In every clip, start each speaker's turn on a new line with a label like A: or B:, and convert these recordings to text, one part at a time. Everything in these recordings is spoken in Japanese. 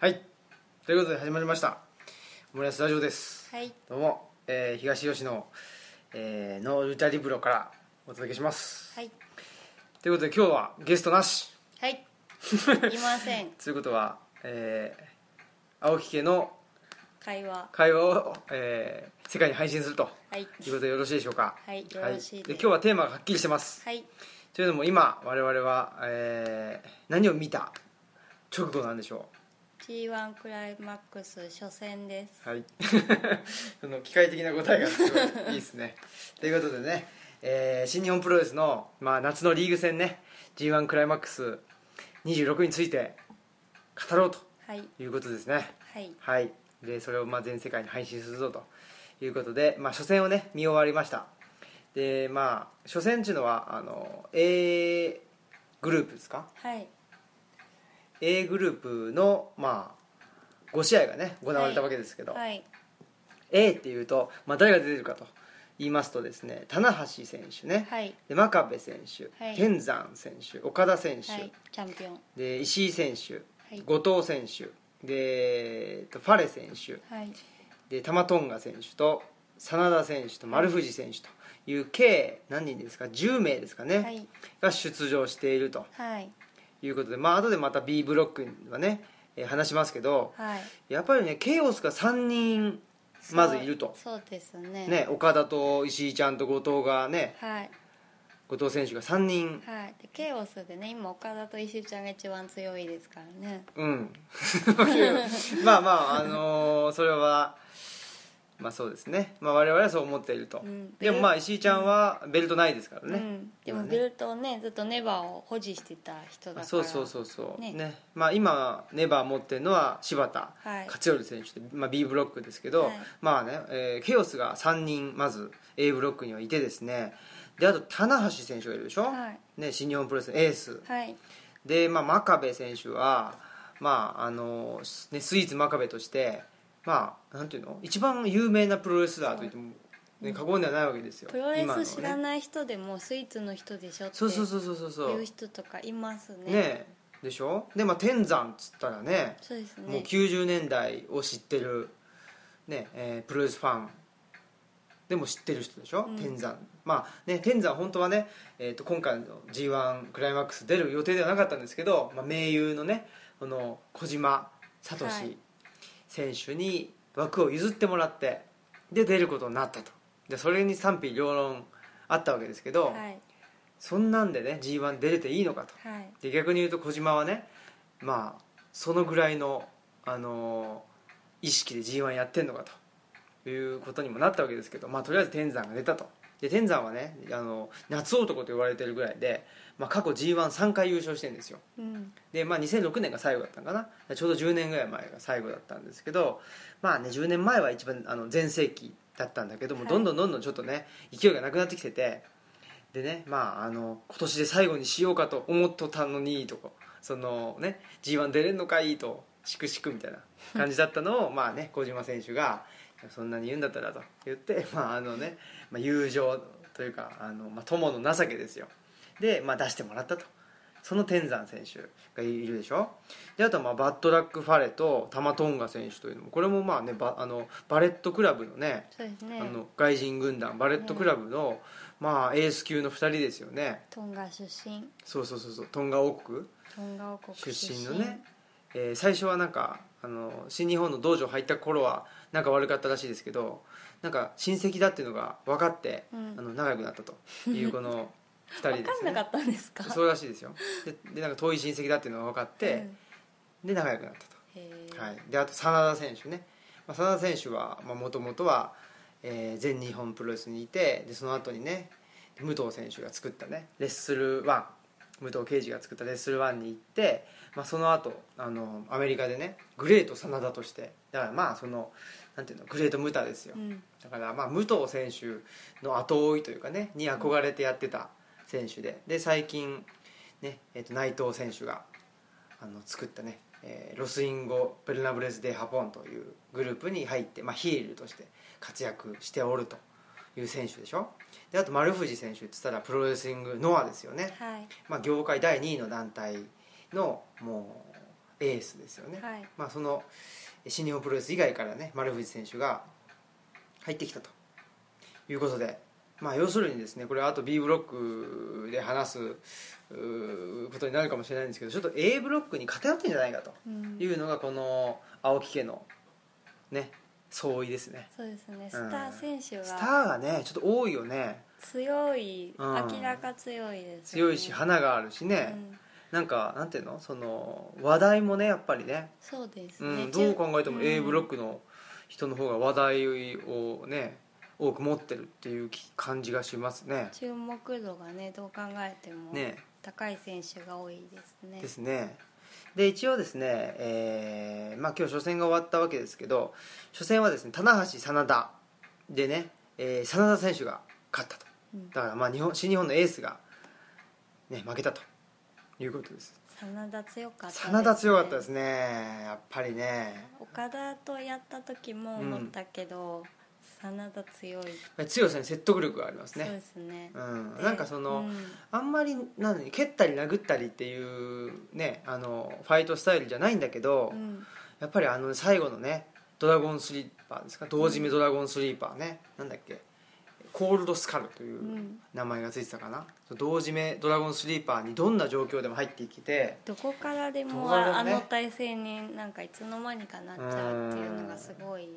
A: はいということで始まりましたオムライスラジオです
B: はい
A: どうも、えー東吉野、えーのルチャリブロからお届けします
B: はい
A: ということで今日はゲストなし
B: はいいません
A: ということは、えー青木家の
B: 会話
A: 会話を、えー世界に配信すると
B: はい
A: いうことでよろしいでしょうか
B: はいよろしいです
A: で今日はテーマがはっきりしてます
B: はい
A: というのも今我々は、えー何を見た直後なんでしょ
B: G1 クライマックス初戦です
A: うはい その機械的な答えがすごいいいですねということでね、えー新日本プロレスの、まあ、夏のリーグ戦ね g 1クライマックス26について語ろうと
B: はい
A: いうことですね
B: はい
A: はいでそれをまあ全世界に配信するぞということで、まあ、初戦をね見終わりましたでまあ初戦っていうのはあの A グループですか
B: はい
A: A グループの、まあ、5試合がね行われたわけですけど、
B: はい
A: A っていうと、まあ、誰が出てるかと言いますとですね棚橋選手ね、
B: はい
A: で真壁選手、
B: はい
A: 天山選手岡田選手、
B: はいチャンピオン
A: で石井選手、
B: はい
A: 後藤選手でえっとファレ選手
B: はい
A: で玉トンガ選手と真田選手と丸藤選手という計何人ですか10名ですかね、
B: はい
A: が出場していると
B: はい
A: いうことでまあ後でまた B ブロックはね、えー話しますけど、
B: はい
A: やっぱりねケイオスが3人まずいると、
B: そうそうですね
A: ね、岡田と石井ちゃんと後藤がね
B: はい
A: 後藤選手が3人
B: はいでケイオスでね今岡田と石井ちゃんが一番強いですからね
A: うん まあまああのーそれはまあそうですね、まあ、我々はそう思っていると、
B: うん
A: でもまあ石井ちゃんはベルトないですから
B: う
A: ね、
B: んで
A: ま
B: も
A: あね
B: ベルトをねずっとネバーを保持してた人だから
A: そうそう
B: う
A: そうそうね
B: ね
A: まあ、今ネバー持ってるのは柴田
B: はい
A: 勝頼選手で、まあ、B ブロックですけど、
B: はい
A: まあね、えーケオスが3人まず A ブロックにはいてですねであと棚橋選手がいるでしょ、
B: はい
A: ね、新日本プロレスのエース
B: はい
A: で、まあ、真壁選手は、まああのね、スイーツ真壁として、まあ、なんていうの一番有名なプロレスラーといっても、ね、過言ではないわけですよ
B: プロレ
A: 今の
B: ス知ら
A: ね、
B: ない人でもスイーツの人でしょって
A: そうそうそうそうそうそう
B: 言う人とかいますね
A: ねでしょでまあ天山っつったらね
B: そうです
A: もう
B: ね
A: 90年代を知ってる、ねえープロレスファンでも知ってる人でしょ、
B: うん
A: 天山まあね天山本当はね、えー、と今回の g 1クライマックス出る予定ではなかったんですけど、まあ、盟友のねこの小島聡
B: はい
A: 選手に枠を譲ってもらってで出ることになったとでそれに賛否両論あったわけですけど、
B: はい
A: そんなんでね g 1出れていいのかと
B: はい
A: で逆に言うと小島はねまあそのぐらいの、あのー意識で g 1やってんのかということにもなったわけですけど、まあ、とりあえず天山が出たとで天山はねあの夏男と言われてるぐらいで、まあ、過去 g 1 3回優勝してるんですよ
B: うん
A: で、まあ、2006年が最後だったのかなちょうど10年ぐらい前が最後だったんですけどまあね10年前は一番あの全盛期だったんだけども、
B: はい
A: どんどんどんどんちょっとね勢いがなくなってきててでねまああの今年で最後にしようかと思っとったのにとかそのね g 1出れんのかいいとしくしくみたいな感じだったのをまあね小島選手がそんなに言うんだったらと言って、まああのねまあ、友情というかあの、まあ、友の情けですよで、まあ、出してもらったとその天山選手がいるでしょであとはまあバッドラック・ファレとタマトンガ選手というのもこれもまあ、ね、バあのバレットクラブのね
B: そうですね
A: あの外人軍団バレットクラブの、まあ、エース級の2人ですよね
B: トンガ出身
A: そうそうそうそうトンガ王国
B: トンガ王国
A: 出
B: 出身
A: 身のね、えー最初はなんかあの新日本の道場入った頃はなんか悪かったらしいですけどなんか親戚だっていうのが分かって、
B: うん
A: あの仲良くなったというこの2人です、ね、
B: 分 かんなかったんですか
A: そうらしいですよででなんか遠い親戚だっていうのが分かって、で仲良くなったと
B: うんへー
A: はい、であと真田選手ね、まあ、真田選手はもともとは、えー全日本プロレスにいてでその後にね武藤選手が作ったねレッスルワン武藤圭司が作ったレッスルワンに行って、まあ、その後あのアメリカでねグレート真田としてだからまあそのなんていうのグレートムタですよ
B: うん
A: だからまあ武藤選手の後追いというかねに憧れてやってた選手でで最近、ねえーと内藤選手があの作ったね、えーロスインゴ・ベルナブレス・デ・ハポンというグループに入って、まあ、ヒールとして活躍しておるという選手でしょであと丸藤選手って言ったらプロレスリングノアですよね、
B: はい
A: まあ、業界第2位の団体のもうエースですよね、
B: はい
A: まあ、その新日本プロレス以外からね丸藤選手が入ってきたということで、まあ、要するにですねこれはあと B ブロックで話すうーことになるかもしれないんですけどちょっと A ブロックに偏ってんじゃないかと
B: うん
A: いうのがこの青木家のね相違ですね
B: そうですねスター選手
A: スタ
B: は
A: ーがねちょっと多いよね
B: 強い、
A: うん
B: 明らか強いですよ
A: 強
B: ね、
A: いし花があるしね、
B: うん
A: なんかなんていうのその話題もねやっぱりね
B: そうです
A: う
B: ね、
A: ん、どう考えても A ブロッ
B: ク、
A: クの人の方が話題をね多く持ってるっていうき感じがしますね
B: うん。注目度がねどう考えても
A: ね
B: 高い選手が多いですね
A: ですね。で一応ですね、えーまあ、今日初戦が終わったわけですけど初戦はですね棚橋真田でね、えー真田選手が勝ったと
B: うん
A: だからまあ日本新日本のエースが、ね、負けたということです
B: 真田強かったですね
A: 真田強かったですねやっぱりね
B: 岡田とやった時も思ったけど、真田強い、
A: 強さに説得力があります
B: そう
A: ね
B: ですね
A: う、ん、
B: で
A: なんかその、
B: うん
A: あんまりなんだろう蹴ったり殴ったりっていうねあのファイトスタイルじゃないんだけど、
B: うん
A: やっぱりあの最後のねドラゴンスリーパーですか同時めドラゴンスリーパーね、なんだっけコールドスカルといううん名前がついてたかな、同時めドラゴンスリーパーにどんな状況でも入ってきて
B: どこからで
A: どこ
B: も
A: からでも
B: あ
A: ね
B: の体勢になんかいつの間にかなっちゃうっていうのがすごい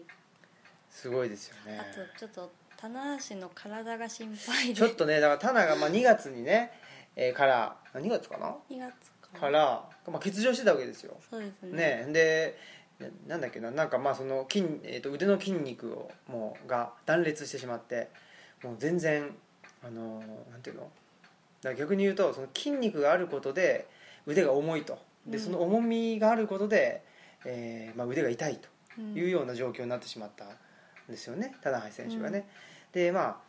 A: すごいですよね
B: あとちょっと棚橋の体が心配
A: ちょっ
B: で
A: とねだからタナがまあ2月にね、えーからあ2月かな
B: 2月か
A: から、まあ、欠場してたわけですよ
B: そうですね
A: ねでななんだっけななんかまあその筋、えー、と腕の筋肉をもうが断裂してしまってもう全然あのーなんていうのだから逆に言うとその筋肉があることで腕が重いとで
B: うん
A: その重みがあることで、えーまあ、腕が痛いと
B: うん
A: いうような状況になってしまったんですよね棚橋選手がね。でま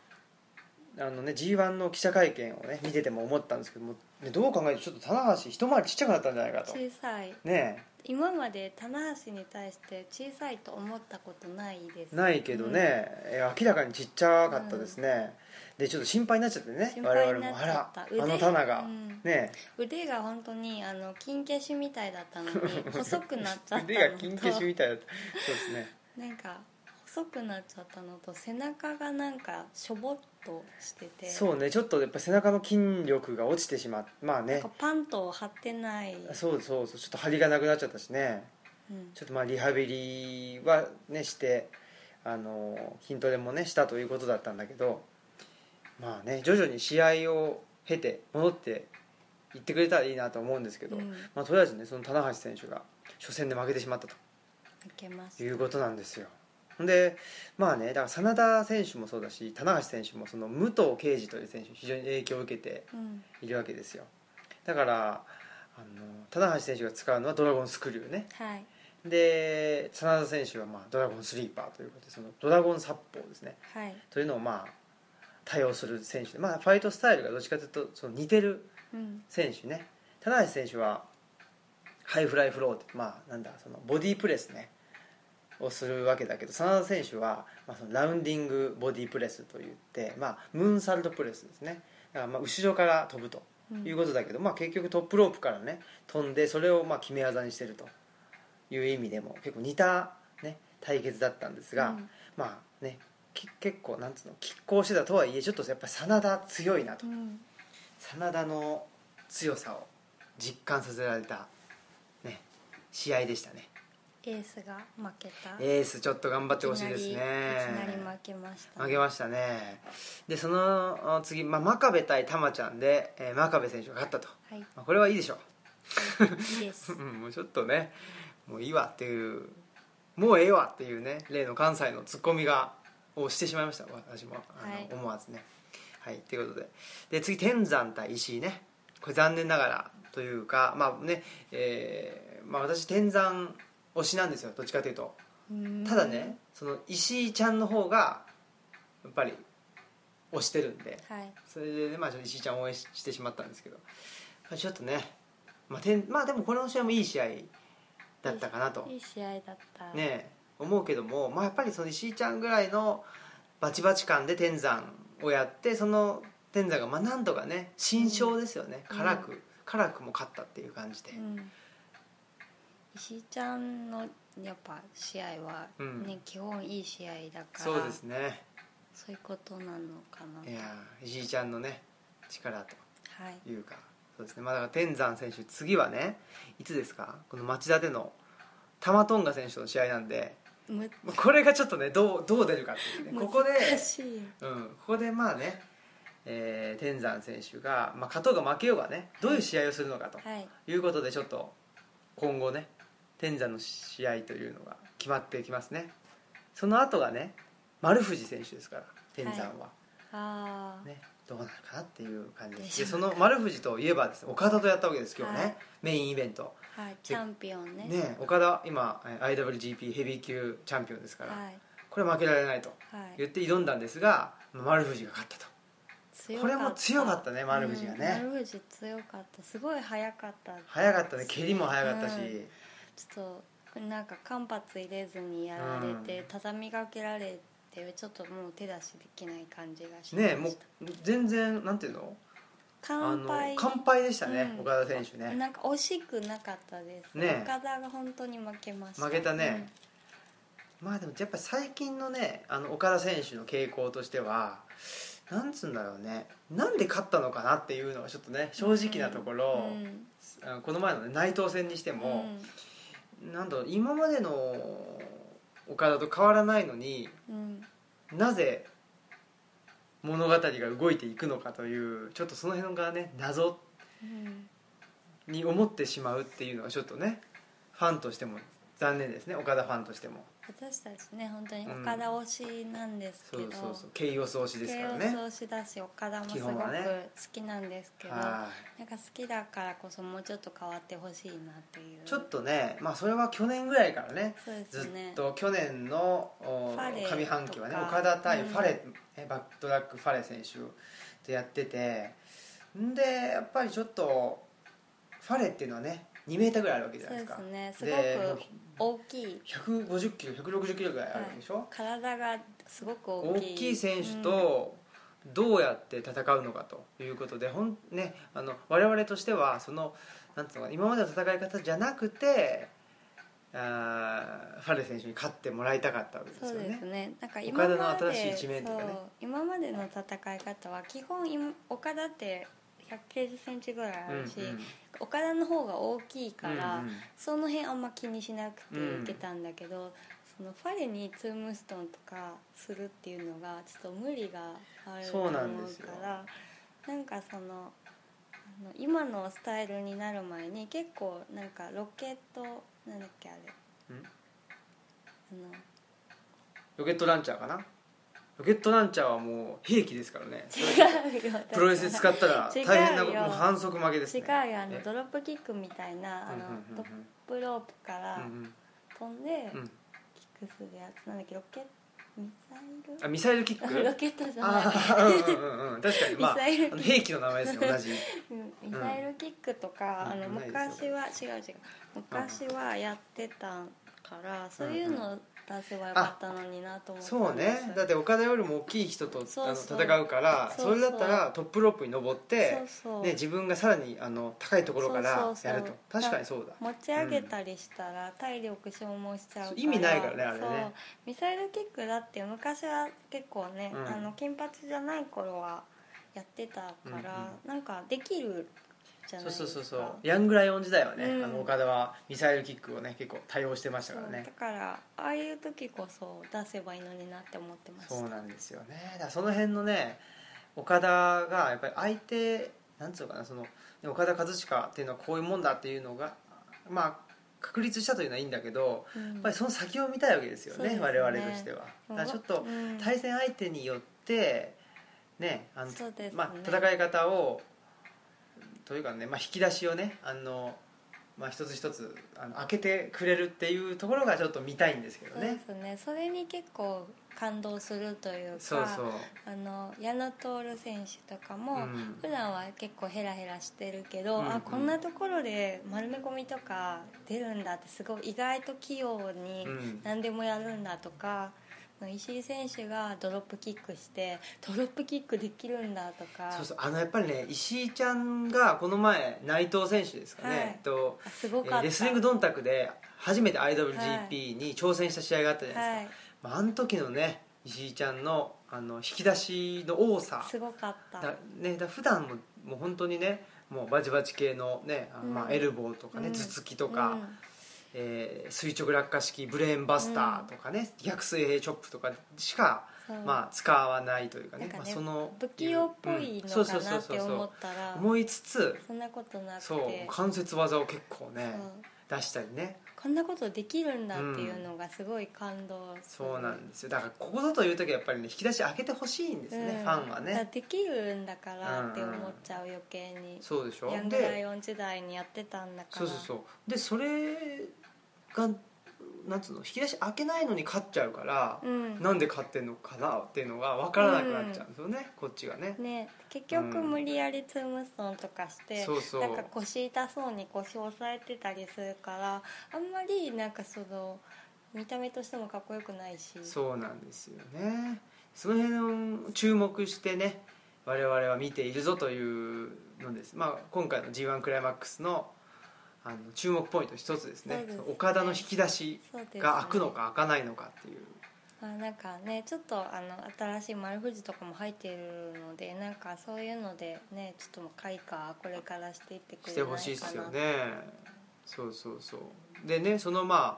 A: ああのね g 1の記者会見をね見てても思ったんですけどもねどう考えてもちょっと棚橋一回りちっちゃくなったんじゃないかと。
B: 小さい
A: ねえ
B: 今まで棚橋に対して小さいと思ったことないです
A: ないけどね、えー明らかにちっちゃかったですね、でちょっと心配になっちゃってね
B: 心
A: 我
B: 配に
A: 々
B: な
A: も
B: っ
A: あ
B: ちゃ
A: ら
B: った
A: あ
B: 腕
A: の棚が、
B: うん
A: ね
B: 腕が本当にあの金消しみたいだった のに細くなっちゃったのと
A: 腕が金消しみたいだったそうです ね
B: なんか細くなっちゃったのと背中がなんかしょぼっとしてて
A: そうねちょっとやっぱ背中の筋力が落ちてしまってまあ
B: なん
A: ね
B: かパントを張ってない、
A: そうそうそうちょっと張りがなくなっちゃったしね
B: うん
A: ちょっとまあリハビリはねしてあの筋トレもねしたということだったんだけどまあね徐々に試合を経て戻っていってくれたらいいなと思うんですけど、
B: うん
A: まあ、とりあえずねその棚橋選手が初戦で負けてしまったと
B: 抜けま
A: い
B: す
A: うことなんですよでまあねだから真田選手もそうだし棚橋選手もその武藤敬司という選手に非常に影響を受けて
B: うん
A: いるわけですよだからあの棚橋選手が使うのはドラゴンスクリューね
B: はい
A: で真田選手はまあドラゴンスリーパーということでそのドラゴン殺法ですね
B: はい、
A: というのをまあ対応する選手で、まあ、ファイトスタイルがどっちかというとその似てる
B: うん、
A: 選手ね棚橋選手はハイフライフローってまあなんだそのボディープレスねをするわけだけど真田選手は、まあ、そのラウンディングボディープレスといって、まあ、ムーンサルトプレスですねだからまあ後ろから飛ぶと
B: うん
A: いうことだけど、まあ、結局トップロープからね飛んでそれをまあ決め技にしてるという意味でも結構似た、ね、対決だったんですが、
B: うん
A: まあねき結構なんつうの拮抗してたとはいえちょっとやっぱり真田強いなと
B: うん
A: 真田の強さを実感させられた、ね、試合でしたね
B: エースが負けたい
A: エースちょっと頑張ってほし
B: き
A: い
B: なり
A: ですね
B: いきなり負けました
A: 負けましたねでそのあ次、まあ、真壁対玉ちゃんで、えー真壁選手が勝ったと、
B: はい
A: まあ、これはいいでしょ
B: いいで す
A: ううんもうちょっとねもういいわっていうもうええわっていうね例の関西のツッコミがをしてしまいました私もあの、
B: はい
A: 思わずねはいということでで次天山対石井ねこれ残念ながらというかまあねえーまあ私天山推しなんですよどっちかというと
B: うん
A: ただねその石井ちゃんの方がやっぱり推してるんで
B: はい
A: それで、まあ、ちょっと石井ちゃんを応援ししてしまったんですけどちょっとね、まあ、てんまあでもこの試合もいい試合だったかなと
B: いい試合だった
A: ねえ思うけども、まあ、やっぱりその石井ちゃんぐらいのバチバチ感で天山をやってその天山がまあ何度かね新勝ですよね、
B: うん
A: 辛く辛くも勝ったっていう感じで、
B: うん石井ちゃんのやっぱ試合はね、
A: うん
B: 基本いい試合だから
A: そうですね
B: そういうことなのかない
A: やー石井ちゃんのね力と
B: はい
A: いうかそうですねまあだから天山選手次はねいつですかこの町田での玉トンガ選手との試合なんで
B: む
A: まあこれがちょっとねどうどう出るかっていうねここで
B: 難しいよ
A: うん、ここでまあね、えー天山選手が、まあ、勝とうが負けようがねどういう試合をするのかと
B: はい
A: いうことでちょっと今後ね天山の試合というのが決まってきますねその後がね丸藤選手ですから天山は、
B: ああ、
A: ねどうなるかなっていう感じで
B: ですしょ
A: で
B: うか
A: その丸藤といえばですね岡田とやったわけです今日ね、
B: はい
A: メインイベント
B: はいチャンピオンね
A: ね岡田今えー IWGP ヘビー級チャンピオンですから、
B: はい
A: これ負けられないと
B: はい
A: 言って挑んだんですが丸藤が勝ったと
B: 強
A: これも強かったね丸藤がね
B: うん丸藤強かったすごい速かった
A: 早かったね蹴りも早かったし、
B: うんちょっとなんか間髪入れずにやられて、
A: うん
B: 畳みかけられてちょっともう手出しできない感じがして
A: ねもう全然なんていうの
B: 乾
A: あの
B: 杯
A: 完敗でしたね、
B: うん
A: 岡田選手ね
B: なんか惜しくなかったです、
A: ね
B: 岡田が本当に負けました
A: 負けたね、まあでもやっぱり最近のねあの岡田選手の傾向としてはなんつうんだろうねなんで勝ったのかなっていうのはちょっとね正直なとこ
B: うん
A: ろ
B: う、ん
A: あのこの前の、ね、内藤戦にしても、なんだろう今までの岡田と変わらないのに
B: うんうん
A: なぜ物語が動いていくのかというちょっとその辺がね謎
B: うん
A: に思ってしまうっていうのはちょっとねファンとしても残念ですね岡田ファンとしても
B: 私たちね本当に
A: うん
B: 岡田推しなんですけ
A: そ
B: ど、
A: うそうそうケイオス推しですからね
B: 慶応推しだし岡田もすご
A: 基
B: く
A: 本
B: 好
A: はね
B: きなんですけど、
A: は
B: なんか好きだからこそもうちょっと変わってほしいなっていう
A: いちょっとねまあそれは去年ぐらいからね
B: そうで
A: ず
B: すね
A: っと去年のお
B: ファレとか
A: 上半期はね
B: うん
A: 岡田対ファレ、えバックドラックファレ選手とやっててんでやっぱりちょっとファレっていうのはね2メーターぐらいあるわけじゃ
B: そう
A: ない
B: で
A: ですか
B: すねす
A: でもう
B: ごく大きい
A: 150キロ160キロぐらいあるでしょ、
B: 体がすごく大
A: 大
B: きい
A: きい選手、とどうやって戦うのかということで、ほんね、あの我々としてはそのなんていうのかな今までの戦い方じゃなくてあーファレ選手に勝ってもらいたかったわけです
B: そ
A: よ
B: うです
A: ね
B: ね。なんか今まで
A: 岡田の新しい一面というかね
B: そう今までの戦い方は基本今岡田って190センチぐらいあるし、岡田の方が大きいから、
A: うんうん
B: その辺あんま気にしなくて
A: うん
B: いけたんだけど、そのファレにツームストンとかするっていうのがちょっと無理があると
A: そ
B: 思
A: う
B: う
A: なんですよ
B: からなんかそのあの今のスタイルになる前に結構なんかロケットなんだっけあれ、
A: ん
B: あの
A: ロケットランチャーかなロケットランチャーはもう兵器ですから ね
B: 違うよ
A: プロレスで使ったら大変なこと
B: 違うよ
A: もう反則負けですね
B: 違うよあの
A: え
B: ドロップキックみたいなあの、
A: うんうん
B: トップロープから
A: うんうん
B: 飛んで、
A: うん
B: キックするやつなんだっけロケミサイル
A: あミサイルキ ッ
B: ロ
A: ク
B: ケットじゃない
A: あーうんうんうん確かにまあ
B: ミサイル
A: あの兵器の名前です ね同じ
B: うんミサイルキックとか、
A: うん
B: あの
A: うんないです
B: 昔は違う違う昔はやってたから、そういうの出せばよかったのになと思って
A: そうねだって岡田よりも大きい人と
B: そうそう
A: あの戦うから
B: そうそう
A: れだったらトップロープに登って
B: そうそう
A: ね、自分がさらにあの高いところからやる
B: そ
A: と
B: うそうそう
A: 確かにそうだ
B: 持ち上げたりしたら体力消耗しちゃうから、
A: そう意味ないからねあれね
B: そうミサイルキックだって昔は結構ね、
A: うん
B: あの金髪じゃない頃はやってたから、なんかできるじゃない
A: そ
B: で
A: うそう
B: すか
A: そうそうヤングライオン時代はね、
B: うん
A: あの岡田はミサイルキックをね結構対応してましたから
B: そう
A: ね
B: だからああいう時こそ出せばいいのになって思ってました
A: そうなんですよねだからその辺のね岡田がやっぱり相手なんつうのかなそのね岡田和親っていうのはこういうもんだっていうのがまあ確立したというのはいいんだけど
B: うん
A: やっぱりその先を見たいわけですよ
B: そう
A: ね
B: ですね
A: 我々としてはだからちょっと
B: うん
A: 対戦相手によってねあの
B: そうですね
A: まあ、戦い方をというかね、まあ、引き出しをねあの、まあ、一つ一つあの開けてくれるっていうところがちょっと見たいんですけど
B: そうで
A: ね
B: すねそれに結構感動するというか
A: そうそう
B: あの矢野徹選手とかも、
A: うん
B: 普段は結構ヘラヘラしてるけど、
A: うんうん
B: あこんなところで丸め込みとか出るんだってすごい意外と器用に
A: うん
B: 何でもやるんだとか、石井選手がドロップキックしてドロップキックできるんだとか
A: そうそうあのやっぱりね石井ちゃんがこの前内藤選手ですかね、
B: はい
A: えっと
B: あす
A: え
B: ごかった、
A: ーレスリングドンタクで初めて IWGP に挑戦した試合があったじゃないですか、
B: は
A: ま
B: い
A: あ、あの時のね石井ちゃんのあの引き出しの多さ
B: すごかった
A: だ、ね、だ普段ももう本当にねもうバチバチ系のね、あま
B: う
A: あ、
B: ん
A: エルボーとかね、
B: うん
A: 頭突きとか、
B: うん
A: えー垂直落下式ブレーンバスターとかね、逆水平チョップとかしか、
B: そう
A: まあ、使わないというかね
B: なんかね
A: まあ、その
B: 不器用っぽい
A: うんそ
B: の
A: うそ
B: か
A: うそ
B: な
A: う
B: っ
A: そう
B: て思ったら
A: 思いつつ
B: そんなことなくて
A: そう関節技を結構ね
B: うん
A: 出したりね
B: こんなことできるんだっていうのがすごい感動する
A: そうなんですよだからここぞという時はやっぱりね引き出し開けてほしいんですね、
B: うん
A: ファンは
B: だから
A: ね
B: できるんだからって思っちゃう余計に、
A: そうでしょ
B: ヤングラ
A: で
B: イオン時代にやってたんだか
A: そう
B: ら
A: そうそうでそれがなんつうの引き出し開けないのに勝っちゃうから、
B: うん
A: なんで勝ってんのかなっていうのが分からなくなっちゃうんですよね、こっちがね
B: ね結局
A: うん
B: 無理やりツームストンとかして、
A: そうそう
B: なんか腰痛そうに腰押さえてたりするからあんまりなんかその見た目としてもかっこよくないし
A: そうなんですよねその辺を注目してね我々は見ているぞというのです、まあ、今回の g 1クライマックスのあの注目ポイント一つですね
B: そうですね
A: 岡田の引き出し
B: そうですね
A: が開くのか開かないのかっていう
B: まあ、なんかねちょっとあの新しい丸富士とかも入っているのでなんかそういうのでねちょっともう開花これからしていってくれ
A: し
B: ないかな
A: てほしいですよねそうそうそうでねそのまあ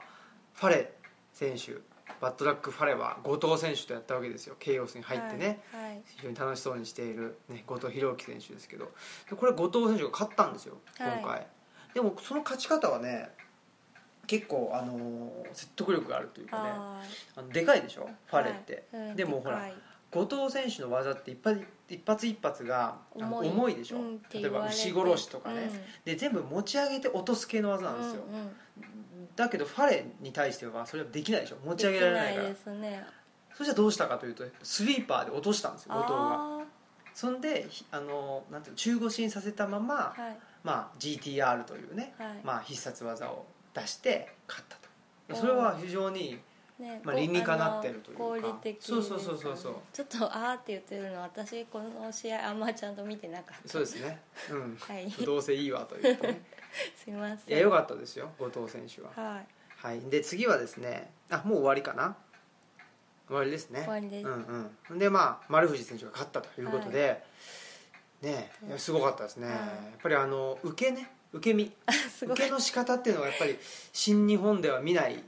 A: ファレ選手バッドラックファレは後藤選手とやったわけですよ KOS に入ってね、
B: はい、はい
A: 非常に楽しそうにしている、ね、後藤弘樹選手ですけどでこれ後藤選手が勝ったんですよ今
B: はい
A: 回、でもその勝ち方はね結構、あのー説得力があるというかねあ
B: あー
A: のでかいでしょファレって、
B: はいうん
A: でもほら
B: かい
A: 後藤選手の技って一発一発一発があの重いでしょ、
B: うんって
A: 例え
B: 言わ
A: ば
B: れて
A: 牛殺しとかね、
B: うん
A: で全部持ち上げて落とす系の技なんですよ、だけどファレに対してはそれはできないでしょ持
B: 持
A: ち上げられないから
B: ですね
A: そしたらどうしたかというとスリーパーで落としたんですよ後藤が。
B: あ
A: そんでひあのなんていうの中腰にさせたまま、
B: あはい
A: まあ、GTR というね、
B: はい
A: まあ、必殺技を出して勝ったと
B: おー
A: それは非常に
B: ね
A: まあ倫理かなってるというか
B: 合理的
A: そうそうそうそうそう
B: ちょっとあーって言ってるの私この試合あんまちゃんと見てなかった
A: そうですね、うん、
B: はい
A: どうせいいわという とね
B: すいま
A: い
B: せん
A: やよかったですよ後藤選手は、
B: はい
A: はい、で次はですねあもう終わりかな終わりですね
B: 終わりです
A: うんうん、でまあ丸藤選手が勝ったということで、ねえいやすごかったですね、
B: はい
A: やっぱりあの受けね受け身
B: すごい
A: 受けの仕方っていうのはやっぱり新日本では見ない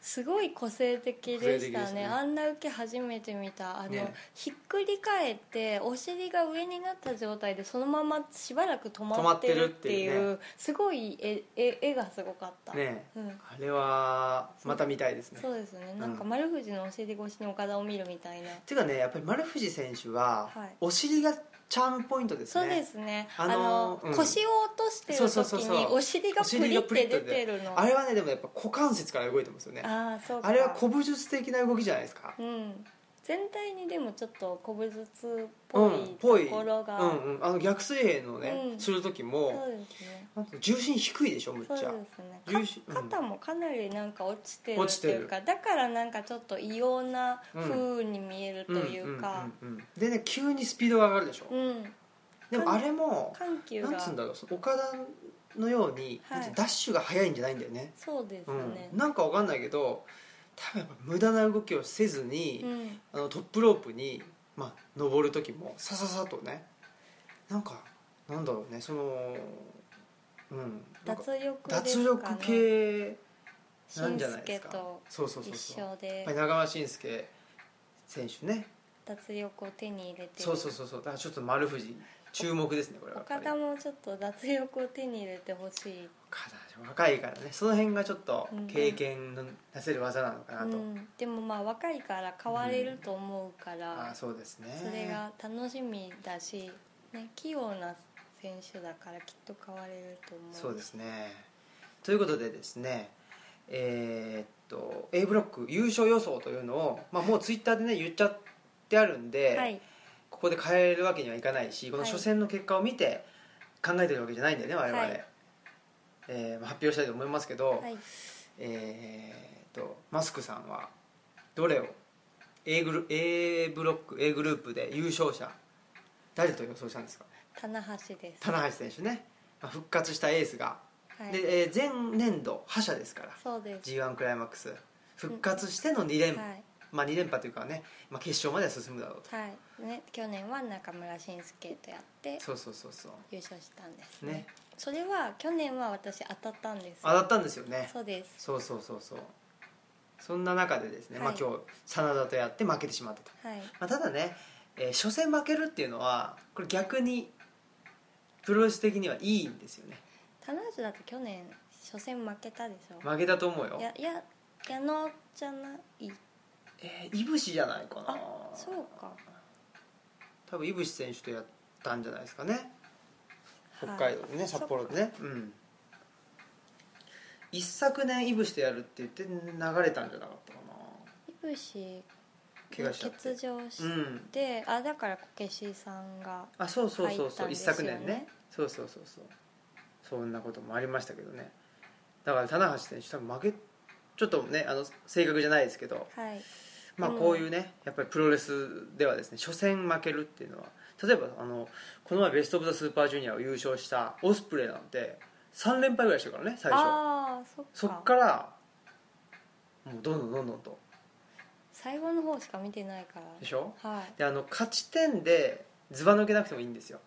B: すごい個性的
A: 個性
B: で
A: 的
B: し
A: で
B: た
A: す
B: ね
A: ね
B: あんな受け初めて見たあの、
A: ね
B: ひっくり返ってお尻が上になった状態でそのまましばらく止まってるっていう
A: 止まってるっていう
B: すごい絵絵絵がすごかった、
A: ね
B: うん、
A: あれはまた見たいですね
B: そうですね
A: ん
B: なんか丸藤のお尻越しに岡田を見るみたいな、
A: ていうかねやっぱり丸藤選手は
B: はい
A: お尻がチャームポイントですね
B: そうですね
A: あ
B: あ
A: の
B: の
A: うん
B: 腰を落として
A: そう
B: る
A: そうそう
B: 時
A: そう
B: にお尻が
A: お
B: プ
A: 尻
B: リ
A: が
B: っ
A: プリ
B: て
A: ッと
B: 出てるの
A: あれはねでもやっぱ股関節から動いてますよねあ
B: あーそうか
A: れは古武術的な動きじゃないですか
B: うん全体にでもちょっと古武術っ
A: う
B: ぽ
A: ん
B: いところが、
A: うんうん、あの逆水平のね、
B: うん
A: する時
B: そ
A: も
B: うですね
A: なんていうの重心低いでしょむっ
B: そうで
A: ち
B: す
A: ゃ重心
B: ねか肩もかなりなんか落ちてる
A: 落ち
B: って
A: てる
B: いうかだからなんかちょっと異様な風に見えるというか
A: うんうんうんうんでね急にスピードが上がるでしょ、
B: うん
A: でもあれも
B: 緩急
A: なん
B: が
A: つうんだろうその岡田のように、
B: はい
A: なんてダッシュが速いんじゃないんだよね
B: そうですね
A: うん、なんかわかんないけど多分やっぱ無駄な動きをせず
B: う
A: に、
B: ん
A: あのトップロープに、まあ、登る時もさささっとねなんかなんだろうねそのうんなんか
B: 脱力です
A: 脱
B: か
A: 力
B: ね
A: 系なんじゃない
B: し
A: で
B: ん
A: す
B: すけ
A: か
B: と
A: そうそうそう
B: 一
A: そうやっ
B: 緒で
A: ぱり長間慎介選手ね
B: 脱力を手に入れて
A: そうそうそうそうだからちょっと丸藤注目ですねこれはやっぱ
B: 岡
A: り
B: 田もちょっと脱力を手に入れてほしい、
A: かなり若いからねその辺がちょっと
B: うん
A: 経験の出せる技なのかな
B: う
A: と、
B: ん、でもまあ若いから変われると思うか
A: あ
B: ら、
A: あそうですね
B: それが楽しみだし、ね、器用な選手だからきっと変われると思う
A: そうですねということでですねえーっと A ブロック優勝予想というのを、まあ、もうツイッターでね言っちゃってあるんで、
B: はい
A: ここで変えるわけにはいかないしこの
B: はい
A: 初戦の結果を見て考えてるわけじゃないんだよね我々、
B: はい
A: えーまあ発表したいと思いますけど、
B: はい
A: えーっとマスクさんはどれを A グル A ブロック A グループで優勝者誰と予想したんですか
B: 棚橋です、
A: 棚橋選手ね、まあ、復活したエースが、
B: はい、
A: で、えー前年度覇者ですから
B: そうです、
A: g 1クライマックス復活しての2連、
B: はい
A: まあ、2連覇というかね、まあ、決勝までは進むだろうと
B: はいね、去年は中村慎介とやって
A: そうそうそうそう
B: 優勝したんですね
A: ね
B: それは去年は私当たったんです
A: 当たったんですよね
B: そうです
A: そうそうそうそうそんな中でですね、まあ
B: はい
A: 今日真田とやって負けてしまったと、
B: はい
A: まあ、ただね、えー初戦負けるっていうのはこれ逆にプロレス的にはいいんですよね
B: 棚橋だって去年初戦負けたでしょ、
A: 負けたと思うよ
B: やや矢野じゃない
A: えーいぶしじゃないかな
B: そうか
A: 多分いぶし選手とやったんじゃないですかね北
B: はい
A: 海道でね、札幌でねうん一昨年いぶしとやるって言って流れたんじゃなかったか
B: いぶし
A: な怪我しちゃって
B: 欠場し
A: うん
B: て、あだからこけしさんが
A: あそうそうそうそう、
B: 入ったん
A: 一
B: ですよね
A: 昨年ねそうそうそうそうそんなこともありましたけどねだから棚橋選手多分負けちょっとねあの正確じゃないですけど
B: はい
A: まあ
B: うん
A: こういうね、やっぱりプロレスではですね初戦負けるっていうのは例えばあのこの前ベスト・オブ・ザ・スーパージュニアを優勝したオスプレイなんて3連敗ぐらいしてるからね最初
B: ああそっか
A: そっからもうどんどんどんどんと
B: 最後の方しか見てないから
A: でしょ
B: はい
A: であの勝ち点でずば抜けなくてもいいんですよ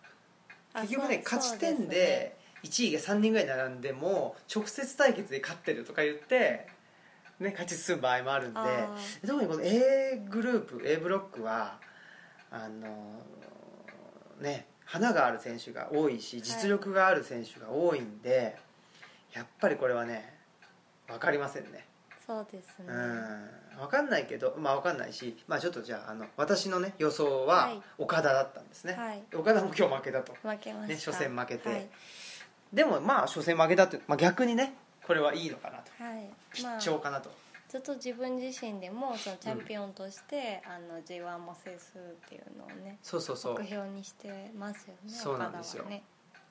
B: あ
A: 結局ね
B: そう
A: 勝ち点
B: そうで
A: で1位が3人ぐらい並んでも直接対決で勝ってるとか言って、ね、勝ち進む場合もあるん
B: す
A: で
B: ねあ
A: 特にこの A グループ A ブロックはあのね花がある選手が多いし実力がある選手が多いんで、やっぱりこれはね分かりませんね
B: ーそうですね
A: うん分かんないけどまあ分かんないし、まあ、ちょっとじゃああの私のね予想は
B: はい
A: 岡田だったんですね、
B: はい
A: 岡田も今日負けたと
B: 負けまし
A: ね
B: た
A: 初戦負けて
B: はい、
A: でもまあ初戦負けたって、まあ、逆にねこれはいいのかなと
B: はいまあ
A: 必、勝かなと、
B: ずっと自分自身でもそのチャンピオンとして、あの G1 も制すっていうのをね
A: そうそうそう
B: 目標にしてますよね
A: そうなんですよ
B: 岡田はね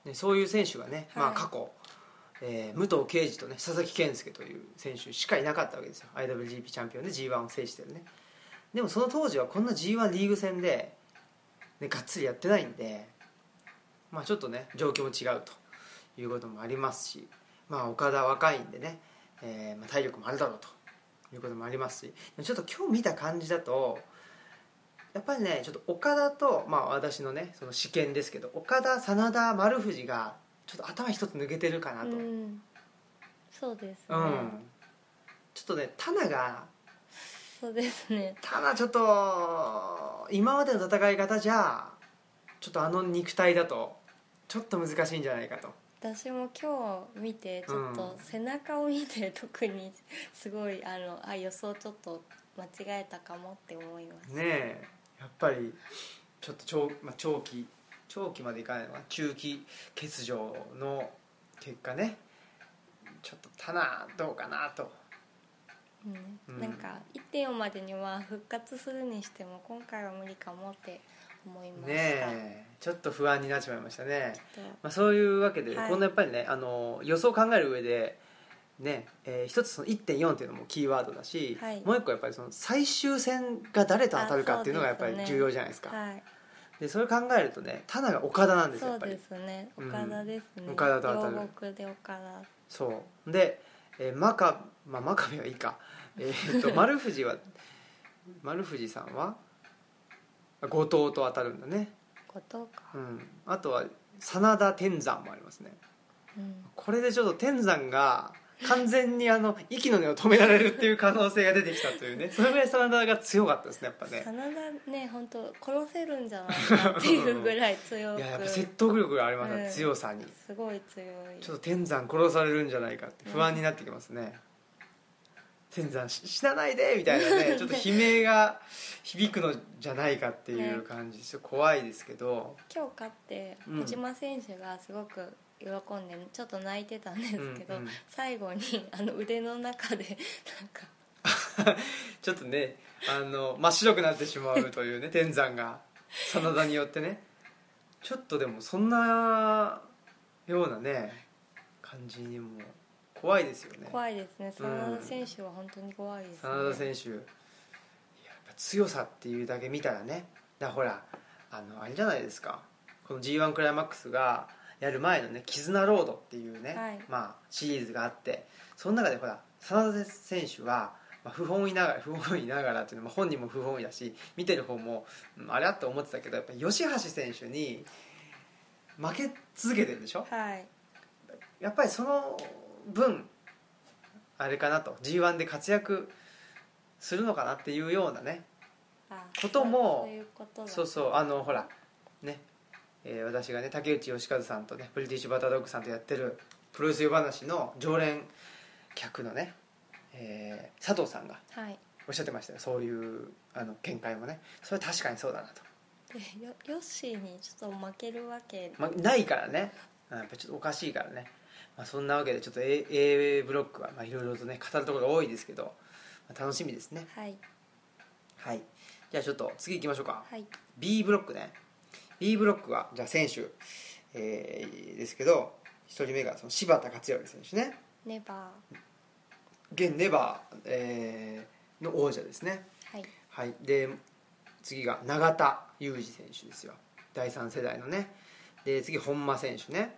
A: ね、そういう選手がね、まあ、
B: はい
A: 過去、えー武藤敬司とね佐々木健介という選手しかいなかったわけですよ IWGP チャンピオンで g 1を制してるねでもその当時はこんな g 1リーグ戦で、ね、がっつりやってないんで、まあ、ちょっとね状況も違うということもありますし、まあ、岡田若いんでね、えーまあ、体力もあるだろうということもありますしちょっと今日見た感じだとやっぱりねちょっと岡田と、まあ、私のねその試験ですけど岡田真田丸藤がちょっと頭一つ抜けてるかなと、うん
B: うんそうですね、
A: ちょっとねタナが
B: そうですね
A: タナちょっと今までの戦い方じゃちょっとあの肉体だとちょっと難しいんじゃないかと
B: 私も今日見てちょっと
A: うん
B: 背中を見て特にすごいあのあ予想ちょっと間違えたかもって思います、
A: ねえやっぱりちょっと長,、まあ、長期長期までいかないのかな中期欠場の結果ねちょっとタナどうかなと
B: うん
A: うん
B: なんか1.4までには復活するにしても今回は無理かもって思いました、
A: ねえちょっと不安になっちまいましたね、
B: ちょっと
A: まあ、そういうわけで、
B: はい
A: こんなやっぱりねあの予想を考える上でねえー一つその1.4っていうのもキーワードだし、
B: はい
A: もう一個やっぱりその最終戦が誰と当たるかっていうのがや
B: あ
A: っ
B: そう
A: ぱ
B: ですね
A: り重要じゃないですか
B: はい
A: でそれ考えるとねタナが岡田なんですよ
B: そ
A: やっ
B: う
A: ぱ
B: で
A: り
B: すね
A: うん
B: 岡田ですね、
A: 岡田と当たる
B: 両国で岡田
A: そうで、えー、マカまあ真壁はいいかえーっと丸藤は丸藤さんはあ後藤と当たるんだね、
B: ことか、
A: うん、あとは真田天山もありますね
B: うん、
A: これでちょっと天山が完全にあの息の根を止められるっていう可能性が出てきたというねそれぐらい真田が強かったですねやっぱね
B: 真田ね本当殺せるんじゃないかっていうぐらい強
A: い
B: く
A: ややっぱ説得力がありますね、
B: うん
A: 強さに
B: すごい強い
A: ちょっと天山殺されるんじゃないかって不安になってきますね、天山し死なないでみたいなねちょっと悲鳴が響くのじゃないかっていう感じで、ちょっと怖いですけど、
B: 今日勝って
A: うん
B: 小島選手がすごく喜んでちょっと泣いてたんですけど、
A: うんうん
B: 最後に あの腕の中でなんか
A: ちょっとねあの真っ白くなってしまうというね天山が真田によってねちょっとでもそんなようなね感じにも怖いですよね
B: 怖いですね
A: うん
B: 真田選手は本当に怖いです、ね
A: 真田選手いややっぱ強さっていうだけ見たらねだからほらあのあれじゃないですかこの g 1クライマックスがやる前のね「絆ロード」っていうね、
B: はい
A: まあ、シリーズがあってその中でほら真田選手は、まあ、不本意ながら不本意ながらっていうのも本人も不本意だし見てる方も、うんあれだと思ってたけどやっぱ吉橋選手に負け続けてるでしょ
B: はい
A: やっぱりその分あれかなと g 1で活躍するのかなっていうようなね
B: あ
A: ことも
B: そういうことだ
A: そうそうあのほらね、えー私がね竹内義和さんとねブリティッシュバタードッグさんとやってるプロレス湯話の常連客のね、えー佐藤さんが
B: はい
A: おっしゃってましたよそういうあの見解もねそれは確かにそうだなと、
B: でよヨッシーにちょっと負けるわけ
A: まあ、ないからねうんやっぱちょっとおかしいからね、まあ、そんなわけでちょっと A, A ブロックはまあいろいろとね語るところが多いですけど、まあ楽しみですね
B: はい
A: はいじゃあちょっと次行きましょうか
B: はい
A: B ブロックね B ブロックはじゃあ選手、えーですけど1人目がその柴田勝頼選手ね
B: ネバ
A: 現ネバー、えーの王者ですね
B: ーはい
A: はいで次が永田裕二選手ですよ第3世代のねで次本間選手ね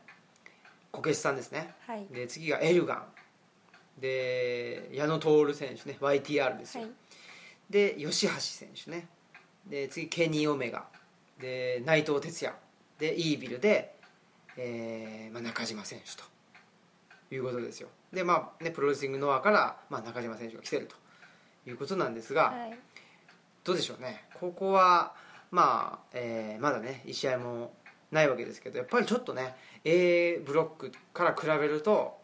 A: こけしさんですね
B: はい
A: で次がエルガンで矢野徹選手ね YTR です
B: は
A: よ、
B: い
A: で吉橋選手ねで次ケニー・オメガで内藤哲也でイービルで、えーまあ、中島選手ということですよでまあねプロレスリングノアから、まあ、中島選手が来てるということなんですが、
B: はい
A: どうでしょうねここはまあ、えーまだね1試合もないわけですけどやっぱりちょっとね A ブロックから比べると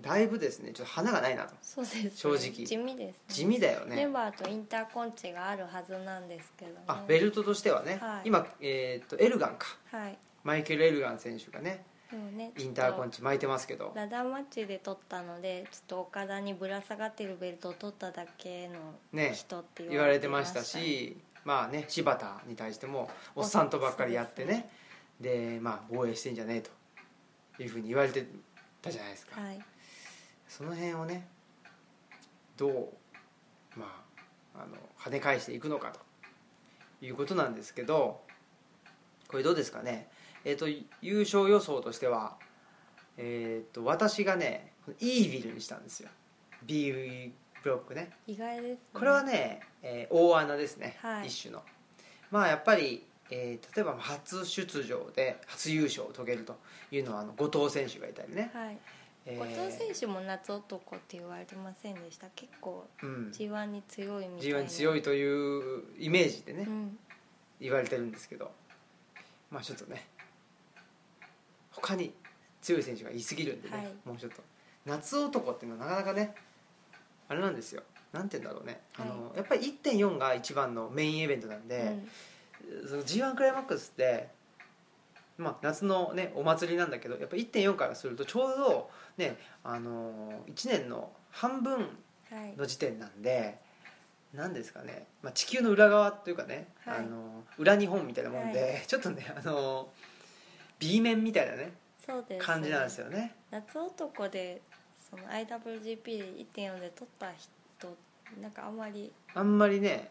A: だいぶですねちょっと花がないなと
B: そうです、ね、
A: 正直
B: 地味です、ね、
A: 地味だよね
B: ネバーとインターコンチがあるはずなんですけど、ね、
A: あベルトとしてはね、
B: はい
A: 今、えーっとエルガンか
B: はい
A: マイケル・エルガン選手がね
B: でもね
A: インターコン
B: チ
A: チ巻いてますけど
B: ラダーマッチで取ったのでちょっと岡田にぶら下がってるベルトを取っただけの
A: ね
B: 人って
A: 言われてまし
B: し
A: たた
B: ね
A: しまあね柴田に対してもおっさんとばっかりやってねでまあ防衛してんじゃねえというふうに言われてたじゃないですか、
B: はい
A: その辺をねどうまああの跳ね返していくのかということなんですけどこれどうですかねえっ、と優勝予想としてはえっ、と私がねイービルにしたんですよ B ブロックね
B: 意外です、ね、
A: これはね、えー大穴ですね、
B: はい
A: 一種のまあやっぱり、えー例えば初出場で初優勝を遂げるというのはあの後藤選手がいたりね、
B: はい
A: え
B: 後藤選手も夏男って言われてませんでした結構
A: 手、うん、
B: g 1に強いみたい
A: g
B: な
A: 1強いというイメージでね、
B: うん
A: 言われてるんですけどまあちょっとね他に強い選手がいすぎるんでね、
B: はい
A: もうちょっと夏男っていうのはなかなかねあれなんですよなんて言うんだろうね、あのやっぱり1.4が一番のメインイベントなんで、その G1 クライマックスって、まあ、夏の、ね、お祭りなんだけどやっぱ1.4からするとちょうど、ね、あの1年の半分
B: うん、はい
A: の時点なんで何ですかね、まあ、地球の裏側というかね、
B: はい
A: あの裏日本みたいなもんで、
B: は
A: ちょっとねあの B 面みたいな、ね、
B: そうです、
A: 感じなんですよね。
B: 夏男でその IWGP で1.4で取った人なんかあんまり
A: あんまりね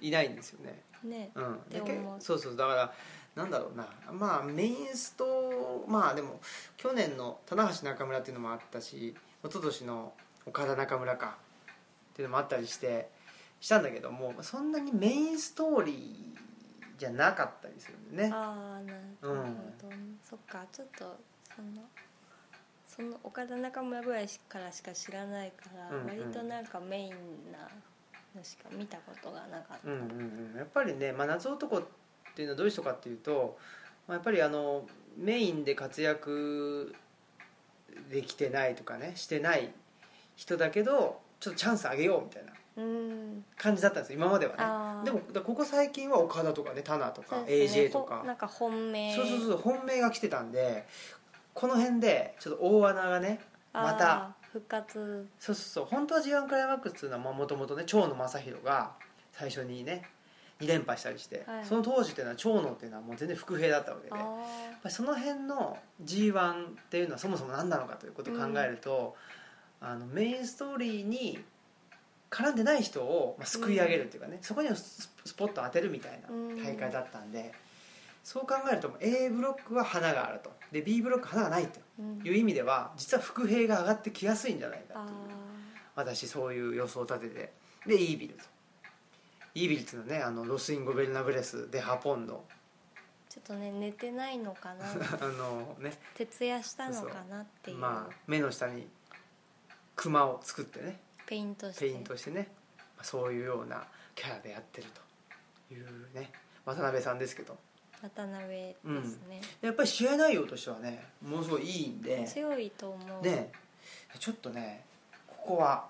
A: いないんですよね。
B: ね
A: うん、で
B: って思う
A: そうそうだからなんだろうなまあメインストまあでも去年の棚橋中村っていうのもあったし一昨年の岡田中村かっていうのもあったりしてしたんだけどもそんなにメインストーリーじゃなかったりするんでね
B: ああなるほど、そっかちょっとそのその岡田中村ぐらいからしか知らないから、
A: うんうん
B: 割となんかメインなのしか見たことがなかった、
A: うんうんうんやっぱりね、まあ、夏男っていうのはどういう人かっていうと、まあ、やっぱりあのメインで活躍できてないとかねしてない人だけどちょっとチャンスあげようみたいな
B: うん
A: 感じだったんですよ今まではね
B: ああ
A: でもだここ最近は岡田とかねタナと
B: そ
A: か
B: うですね
A: AJ と
B: ほ
A: か
B: なんか本命
A: そうそうそう本命が来てたんでこの辺でちょっと大穴がね
B: あー
A: また
B: 復活
A: そうそうそう本当は g 1クライマックスっていうのはもともとね長野正弘が最初にね2連覇したりして、
B: はい
A: その当時っていうのは長野っていうのはもう全然伏兵だったわけで
B: あ
A: やっ
B: あ
A: ぱりその辺の g 1っていうのはそもそも何なのかということを考えると、あのメインストーリーに絡んでない人を、まあ、救い上げるっていうかね、そこにススポット当てるみたい
B: うん
A: な大会だったんで、そう考えると A ブロックは花があるとで B ブロック花がないと
B: うん
A: いう意味では実は伏兵が上がってきやすいんじゃないか
B: あ
A: っていう私そういう予想を立ててでイービルとイービルっていうのはねあのロスイン・ゴベルナブレスでハポンの
B: ーちょっとね寝てないの かな
A: あのね
B: 徹夜したのかなっていう
A: まあ目の下にクマを作ってね
B: ペイントして
A: ペイントしてねまあそういうようなキャラでやってるというね渡辺さんですけど
B: 渡辺ですね、
A: やっぱり試合内容としてはねものすごいいいんで
B: 強いと思う、
A: ねちょっとねここは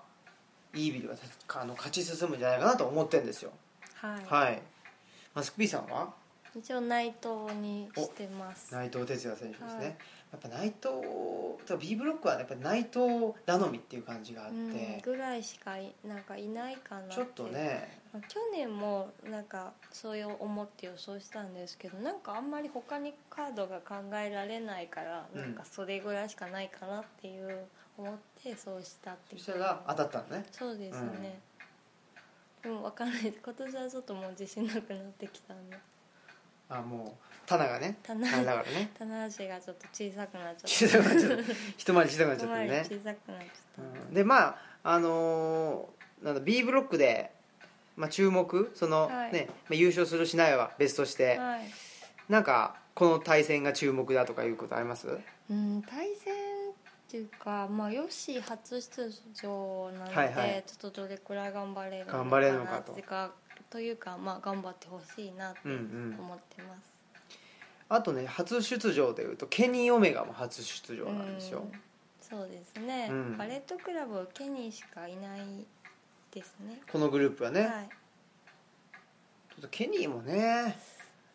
A: イービルがあの勝ち進むんじゃないかなと思ってるんですよ
B: はい、
A: はいマスクピーさんは
B: 一応内藤にしてます
A: 内藤哲也選手ですね、
B: はい
A: やっぱ内藤ただ B ブロックはやっぱ内藤頼みっていう感じがあっ
B: うん、
A: て、
B: ぐらいしかいなんかいないかなて
A: ちょっとね
B: まあ去年もなんかそういう思って予想したんですけどなんかあんまり他にカードが考えられないから、
A: うん
B: なんかそれぐらいしかないかなっていう思ってそうしたっ
A: そ
B: ていう
A: したら当たったのね
B: そうですね、でも分かんない 今年はちょっともう自信なくなってきたんで
A: あもう棚がね
B: 棚
A: あれだからね
B: 棚橋がちょっと小さくなっちゃ
A: 小
B: っ
A: さくなっちゃった一回り小さくな
B: た
A: っちゃった
B: 回り
A: ね
B: 小、さくなっちゃっ
A: うんでまああのーなんだ B ブロックで、まあ、注目その、
B: はい
A: ねまあ、優勝するしないは別として、
B: た、はい
A: なんかこの対戦が注目だとかいうことあります
B: うん、対戦っていうか、まあ、ヨッシー初出場なので、
A: はいはい
B: ちょっとどれくらい頑張れるの
A: 頑張れるのかと
B: っていうかというか、まあ、頑張ってほしいなって
A: うんうん
B: 思ってます、
A: あとね初出場でいうとケニー・オメガも初出場なんですよ、
B: うんそうですね、
A: うん
B: バレットクラブはケニーしかいないですね
A: このグループはね、
B: は
A: ち
B: い
A: ょっとケニーもね、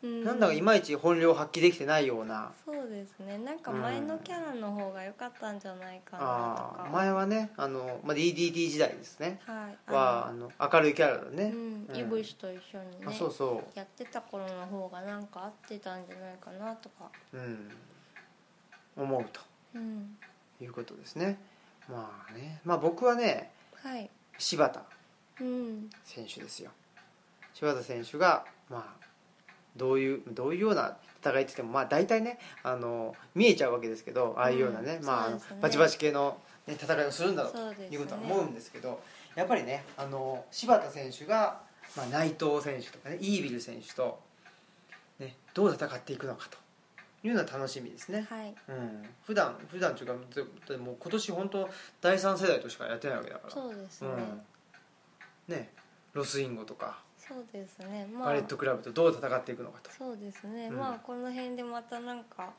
B: う
A: なんだかいまいち本領発揮できてないような
B: そうですねなんか前のキャラの方が良かったんじゃないかな
A: あー
B: とか、
A: 前はねあの、まあ、DDT 時代ですね
B: はいあの
A: はあの明るいキャラだ
B: う
A: ね、
B: ん
A: うん
B: イブシと一緒にね
A: あそうそ
B: やってた頃の方がなんか合ってたんじゃないかなとか
A: う、うん、思うと
B: うん
A: いうことですねまあね、まあ、僕はね
B: はい
A: 柴田
B: うん
A: 選手ですよ柴田選手がまあどういうどういうような戦いって言ってもまあ大体ねあの見えちゃうわけですけどああいうようなね,、
B: うん
A: まああの
B: そうですね
A: バチバチ系の、ね、戦いをするんだろうと
B: そうです
A: いうことは
B: ね
A: 思うんですけどやっぱりねあの柴田選手が、まあ、内藤選手とかねイービル選手と、ね、どう戦っていくのかというのは楽しみですね。
B: はい
A: うん、普段普段というかずでも今年本当第三世代としかやってないわけだから
B: そうです
A: う
B: ね、
A: ん、ねロスインゴとか
B: そうですねま
A: バ
B: あ
A: レットクラブとどう戦っていくのかと、
B: そうですね、
A: うん
B: まあこの辺でまたなんか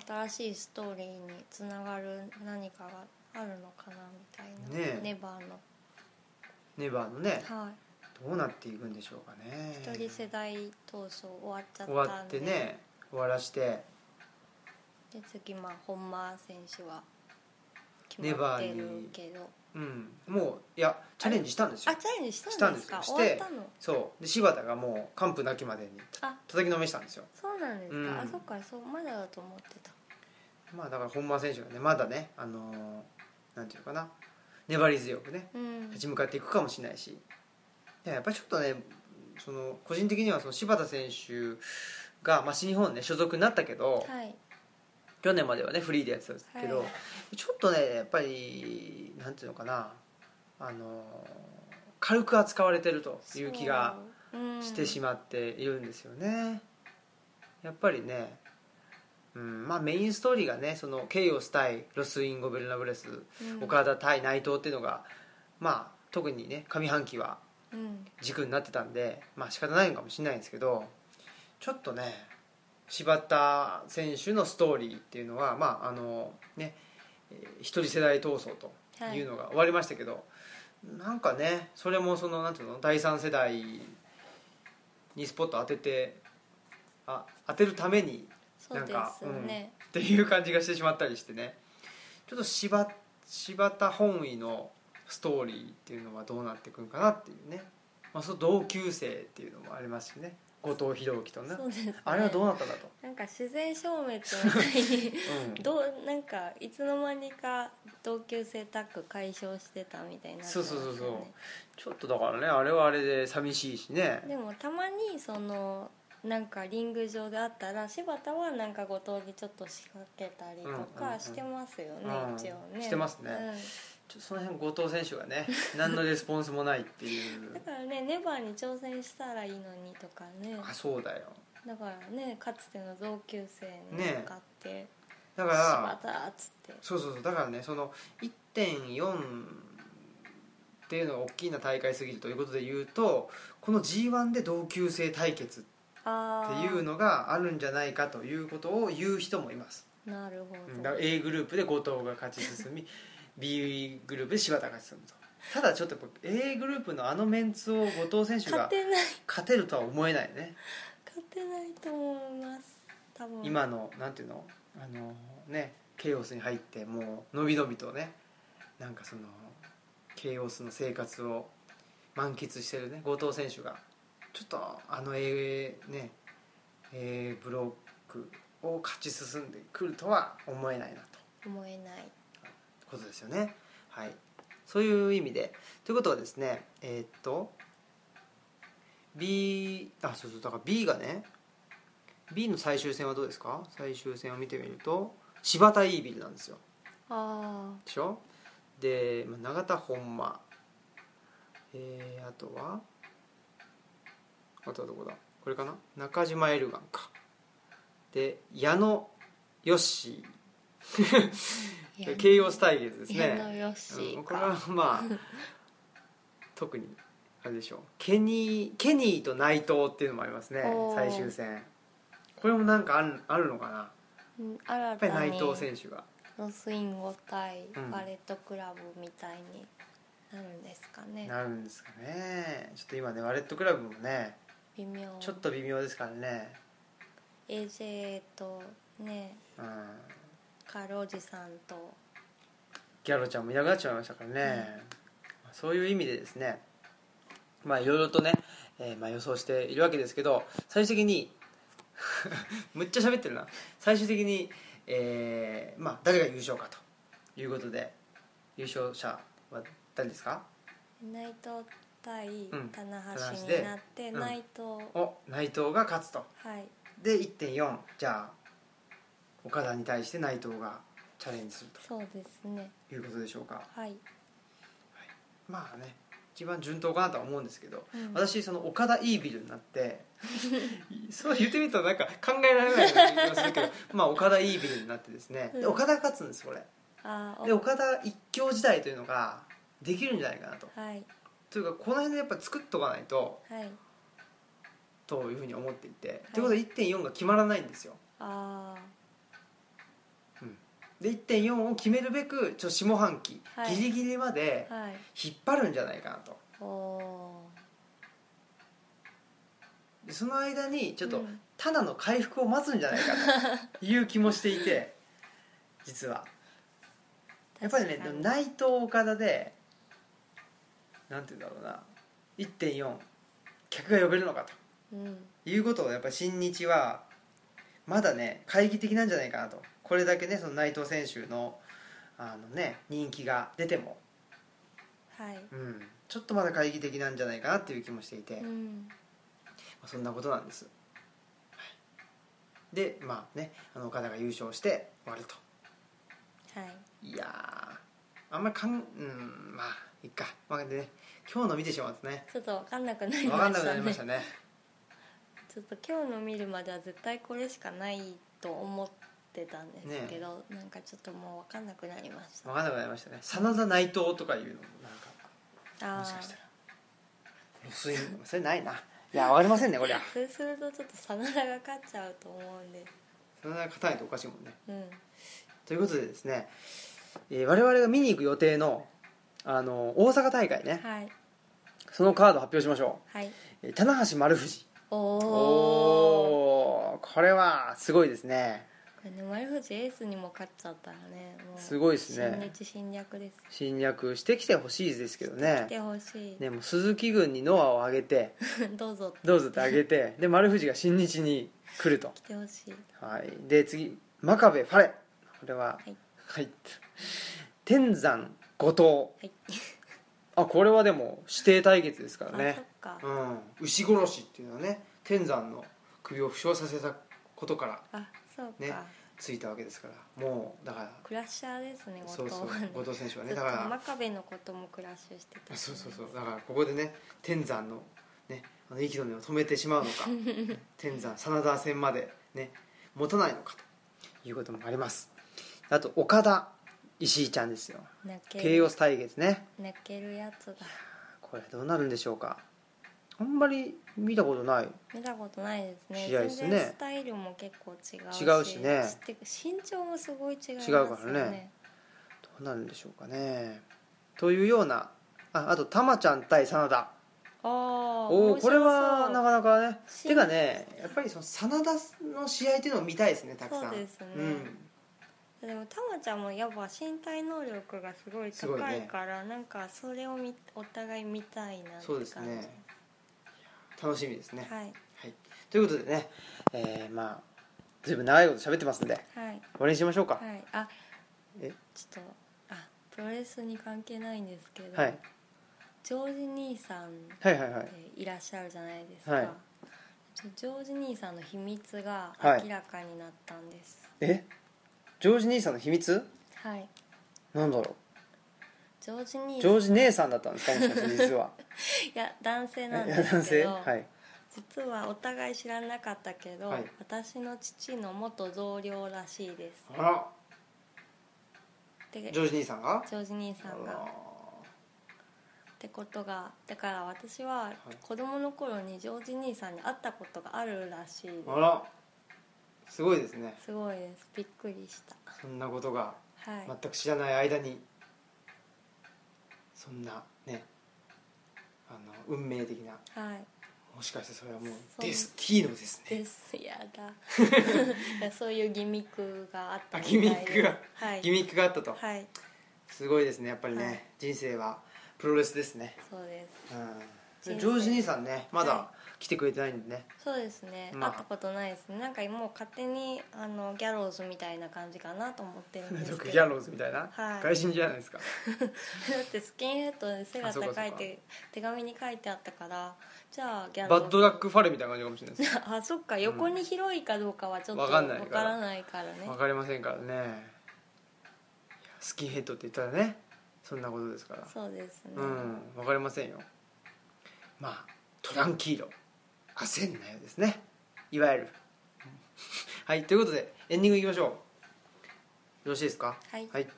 B: 新しいストーリーにつながる何かがあるのかなみたいな
A: ねえ
B: ネバーの
A: ネバーのね
B: はい
A: どうなっていくんでしょうかね
B: 一人世代闘争終わっちゃったんで
A: 終わってね終わらして
B: で次まあ本間選手は決
A: ネ
B: ま
A: バ
B: って
A: ーに
B: るけど
A: うんもういやチャレンジしたんです
B: あ
A: よ
B: チャレンジしたんですか
A: したんですよして
B: 終わったの
A: そうで柴田がもう完膚なきまでに
B: あ
A: 叩きのめしたんですよ
B: そうなんですか、
A: うん
B: あそっかそうまだだと思ってた
A: まあだから本間選手がねまだねあのーなんていうのかな粘り強くね
B: うん
A: 立ち向かっていくかもしれないしでもやっぱりちょっとねその個人的にはその柴田選手が、まあ、新日本ね所属になったけど、
B: はい
A: 去年まではねフリーでやってたんですけど、
B: は
A: ちょっとねやっぱりなんていうのかなあの軽く扱われてるという気がしてし
B: ま
A: まっているんですよね、やっぱりね、うんまあ、メインストーリーがねそのケイオス対ロス・イン・ゴベルナブレス、
B: うん
A: 岡田対内藤っていうのがまあ特にね上半期は
B: うん
A: 軸になってたんでまあ仕方ないのかもしれないんですけどちょっとね柴田選手のストーリーっていうのはまああのねえー一人世代闘争と
B: はい
A: いうのが終わりましたけど、なんかねそれもそのなんていうの第三世代にスポット当ててあ当てるために
B: そうですね、
A: っていう感じがしてしまったりしてねちょっと柴柴田本位のストーリーっていうのはどうなってくるかなっていうね、まあ、そう同級生っていうのもありますしね後藤弘樹とね
B: そうですね
A: あれはどうなったんだと、
B: なんか自然消滅みたいに
A: うん、
B: どうなんかいつの間にか同級生タッグ解消してたみたいになって
A: そうそうそう
B: ます
A: そ
B: よ
A: う
B: ね
A: ちょっとだからねあれはあれで寂しいしね
B: でもたまにそのなんかリング上であったら柴田はなんか後藤にちょっと仕掛けたりと
A: うんうんう
B: か
A: ん
B: してますよね、
A: うん
B: 一応ね
A: してますねちょっとその辺後藤選手が ね何のレスポンスもないってい
B: うんだ
A: う
B: からねネバーに挑戦したらいいのにとかね
A: あそうだよ
B: だからねかつての同級生に向かって、
A: だか
B: 柴
A: ら
B: 田っつって
A: そうそうそうだからねその1.4っていうのが大きな大会すぎるということで言うとこの g 1で同級生対決って
B: ああ
A: いうのがあるんじゃないかということを言う人もいます
B: なるほ
A: うんだから
B: ど
A: A グループで後藤が勝ち進み B グループで柴田が勝ち進むとただちょっとやっぱ A グループのあのメンツを後藤選手
B: 勝
A: が
B: てない
A: 勝てるとは思えないね
B: 勝てないと思います多分
A: 今のなんていうのあのねケイオスに入ってもうのびのびとねなんかそのケイオスの生活を満喫してるね後藤選手がちょっとあの A, ね A ブロックを勝ち進んでくるとは思えないなと。
B: 思えない
A: ことですよね。はい、そういう意味でということはですねえーっと B あそうそうだから B がね B の最終戦はどうですか最終戦を見てみると柴田イービルなんですよ
B: あ
A: でしょでまあ永田本間、えーあとはあとはどこだこれかな中島エルガンかで矢野ヨッシ
B: あ
A: ー慶応スタイルですね
B: 矢野よし
A: うん、これは
B: か、
A: まあ特にあれでしょうケニーケニーと内藤っていうのもありますね
B: おー
A: 最終戦これもなんかあるあるのかなや
B: うん、新
A: っぱり
B: た
A: 内
B: に
A: 藤選手が
B: ロスインゴ対
A: うん
B: バレットクラブみたいになるんですかね、
A: なるんですかねちょっと今ねワレットクラブもね
B: 微妙
A: ちょっと微妙ですからね
B: AJ とね
A: うん
B: カールおじさんと
A: ギャロちゃんもいなくなっちゃいましたからね、そういう意味でですねまあいろいろとね、えーまあ、予想しているわけですけど最終的に むっちゃ喋ってるな最終的に、えーまあ、誰が優勝かということで優勝者は誰ですか
B: 内藤対
A: ん
B: 棚
A: 棚橋
B: 橋
A: で
B: になって、
A: うん
B: 内藤、
A: お内藤が勝つと
B: はい
A: で1.4じゃあ岡田に対して内藤がチャレンジする
B: そうですね
A: ということでしょうか
B: はい、
A: まあね一番順当かなとは思うんですけど
B: うん
A: 私その岡田イービルになって そう言ってみたらなんか考えられないような気がする けどまあ岡田イービルになってですねで
B: うん
A: 岡田が勝つんですこれ
B: あー
A: で岡田一強時代というのができるんじゃないかなと
B: はい
A: というかこの辺でやっぱ作っとかないと
B: はい
A: というふうに思っていてということで1.4が決まらないんですよ
B: あ
A: で1.4を決めるべくちょっと下半期、
B: はい
A: ギリギリまで
B: あはい
A: 引っ張るんじゃないかなと
B: おお
A: でその間にちょっ
B: う
A: と
B: ん
A: ただの回復を待つんじゃないかという気もしていて実はやっぱりね
B: 確かに
A: 内藤岡田でなんて言うんだろうな1.4客が呼べるのか
B: うん
A: ということをやっぱり新日はまだね懐疑的なんじゃないかなとこれだけねその内藤選手のあの、ね、人気が出ても、
B: はい
A: うん、ちょっとまだ懐疑的なんじゃないかなっていう気もしていて、
B: う
A: ま
B: ん
A: あそんなことなんです。はいでまあねあの岡田が優勝して終わると。
B: はい
A: いやーあんまりかんうんまあいっか、まあ、でね今日の見てしまうとね
B: ちょっと分かんなくなり
A: 分
B: ま
A: かんな
B: し
A: くな
B: た
A: り
B: ね
A: ましたね
B: ちょっと今日の見るまでは絶対これしかないと思ってたんですけど、なんかちょっともう分かんなくなりまし
A: 分かんなくなりましたね真田内藤とかいうのもなんか
B: たあ
A: もし
B: あ
A: かしたらロスインそれないないや分かりませんねこりゃ
B: それするとちょっと真田が勝っちゃうと思うんで
A: そんな勝たないとおかしいもんね
B: うん
A: ということでですね、えー我々が見に行く予定のあの大阪大会ね
B: はい
A: そのカード発表しましょ
B: はい。
A: うえー棚橋丸藤
B: お
A: お
B: お。
A: おーこれはすごいですね
B: だね丸藤エースにも勝っちゃったらねもう
A: すごいですね
B: 新日侵略です
A: 侵略してきてほしいですけど
B: 来て
A: ね
B: ほしい、
A: ねもう鈴木軍にノアをあげて
B: どうぞ
A: どうぞってあげてで丸藤が新日に来ると
B: 来てほしい
A: はい、で次真壁ファレこれは
B: はい
A: はい、天山後
B: はい
A: 藤あこれはでも指定対決ですから
B: あそ
A: ね
B: っか
A: うん牛殺しっていうのはね天山の首を負傷させたことから
B: あそうか、
A: ねついたわけですからもうだから
B: クラッシャーですね後
A: そう
B: 藤
A: そう
B: はね
A: 後藤選手は
B: ず
A: ね
B: っと
A: だから
B: 真壁のこともクラッシュしてた、
A: そうそうそうだからここでね天山のねあの息の根を止めてしまうの か天山真田戦までね持たないのかということもありますあと岡田石井ちゃんですよ
B: 泣け
A: 慶応
B: る
A: 対決ね
B: 泣けるやつだ
A: これどうなるんでしょうかあんまり見たことない
B: 見たことないですね
A: 試合ですね
B: 全然スタイルも結構違うし
A: 違うしね
B: 知って身長もすごい違います
A: 違
B: よ
A: う
B: ね
A: からねどうなるんでしょうかねというようなああとたまちゃん対真田
B: ああ
A: おおこれはなかなかね
B: し
A: てかねやっぱりその真田の試合っていうのを見たいですねたくさん
B: そうですね
A: うん
B: でもたまちゃんもやっぱ身体能力がすごい
A: すごい
B: 高い
A: ね
B: からなんかそれをみお互い見たいなって感じ
A: そうですね楽しみですね、
B: はい
A: はい、ということでね、えー、まあずいぶん長いこと喋ってますんで
B: はい
A: 終わりにしましょうか
B: はいあ
A: え
B: ちょっとあプロレスに関係ないんですけど、
A: はい、
B: ジョージ兄さんって
A: はいはいはい
B: いらっしゃるじゃないですか、
A: はい
B: ちょジョージ兄さんの秘密が
A: はい
B: 明らかになったんです
A: えジョージ兄さんの秘密
B: はい、
A: なんだろ
B: ジョージ兄
A: う
B: さ
A: ジ
B: ん
A: ョージ姉さんだったんですかもしかして実は
B: いや男性 なん
A: い
B: で
A: や男
B: すけ
A: 性
B: ど、
A: はい
B: 実はお互い知らなかったけど、
A: はい
B: 私の父の元同僚らしいです
A: あら
B: で
A: ジョージ兄さんが
B: ジョージ兄さん
A: あ
B: が
A: ら
B: ってことがだから私は子供の頃にジョージ兄さんに会ったことがあるらしいです
A: あらすごいですね
B: すごいですびっくりした
A: そんなことが
B: はい、
A: 全く知らない間にそんなねあの運命的な
B: はい
A: もしかしてそれはもう
B: そう
A: デスティーノですね
B: ですや だいやそういうギミックがあった
A: あ
B: み
A: ギミックが
B: はい
A: ギミックがあったと
B: はい
A: すごいですねやっぱりね、
B: はい
A: 人生はプロレスですね
B: そうで
A: う
B: 人
A: ん
B: 生
A: ジョージ兄さんねまだ
B: は
A: 来てくれてないんでね、
B: すそうですね、
A: まあ
B: 会ったことないですねなんかもう勝手にあのギャローズみたいな感じかなと思ってるんです
A: 毒
B: け
A: ギ
B: ど
A: ャローズみたいな、
B: はい
A: 外人じゃないですか
B: だってスキンヘッドで背が
A: あそうか
B: 高いっ
A: そう
B: て手紙に書いてあったからじゃあギャロー
A: バッドラックファレみたいな感じかもしれないです
B: あそっか横に広いかどうかはちょっと
A: わ
B: わ
A: か
B: か
A: んないから
B: らないからね
A: わかりませんからねいやスキンヘッドって言ったらねそんなことですから
B: そうですね、
A: うんわかりませんよまあトランキーロ焦んなよですねいわゆる はいということでエンディングいきましょうよろしいですか
B: はい
A: はい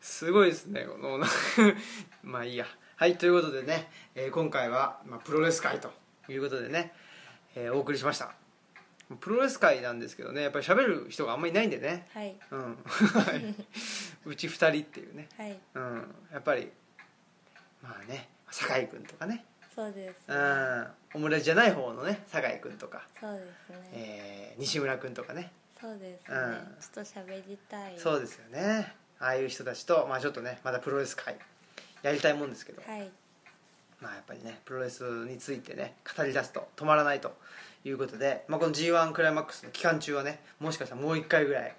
A: すごいですねこのまあいいやはいということでね、えー今回は、まあ、プロレス界ということでね、えーお送りしましたプロレス界なんですけどねやっぱり喋る人があんまりいないんでね
B: はい
A: うんはいうち2人っていうね
B: はい
A: うんやっぱりまあね酒井君とかね
B: そうです、
A: うんオムラジじゃない方のね酒井君とか、
B: そうですね、
A: えー西村君とかね
B: そうですね、
A: うん
B: ちょっと喋りたい
A: そうですよねああいう人たちと、まあ、ちょっとねまだプロレス界やりたいもんですけど、
B: はい
A: まあ、やっぱりねプロレスについてね語り出すと止まらないということで、まあ、この g 1クライマックスの期間中はねもしかしたらもう1回ぐらい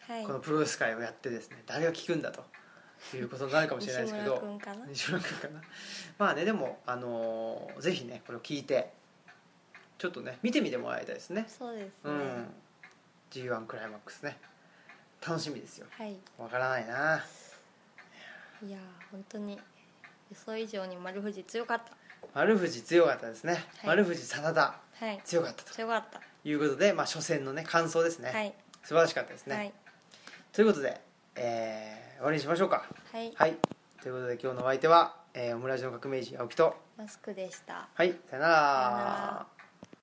B: はい
A: このプロレス界をやってですね誰が聞くんだということになるかもしれないですけど
B: 西村君かな
A: 西村君かな まあねでも、あのーぜひねこれを聞いてちょっとね見てみてもらいたいですね
B: そうです
A: う
B: ね、
A: ん g 1クライマックスね楽しみですよ
B: はい
A: わからないない
B: やー本当に予想以上に丸藤強かっ
A: 丸藤強かったですね、
B: い
A: 丸藤真田
B: たはい
A: 強かったと
B: 強かった、
A: いうことで、まあ、初戦のね感想ですね、
B: はい
A: 素晴らしかったですね、
B: はい
A: ということで、えー終わりにしましょうか
B: はい
A: はいということで今日のお相手は、えーオムラジの革命児青木と
B: マスクでした
A: はいさよな
B: さよ
A: ら
B: なら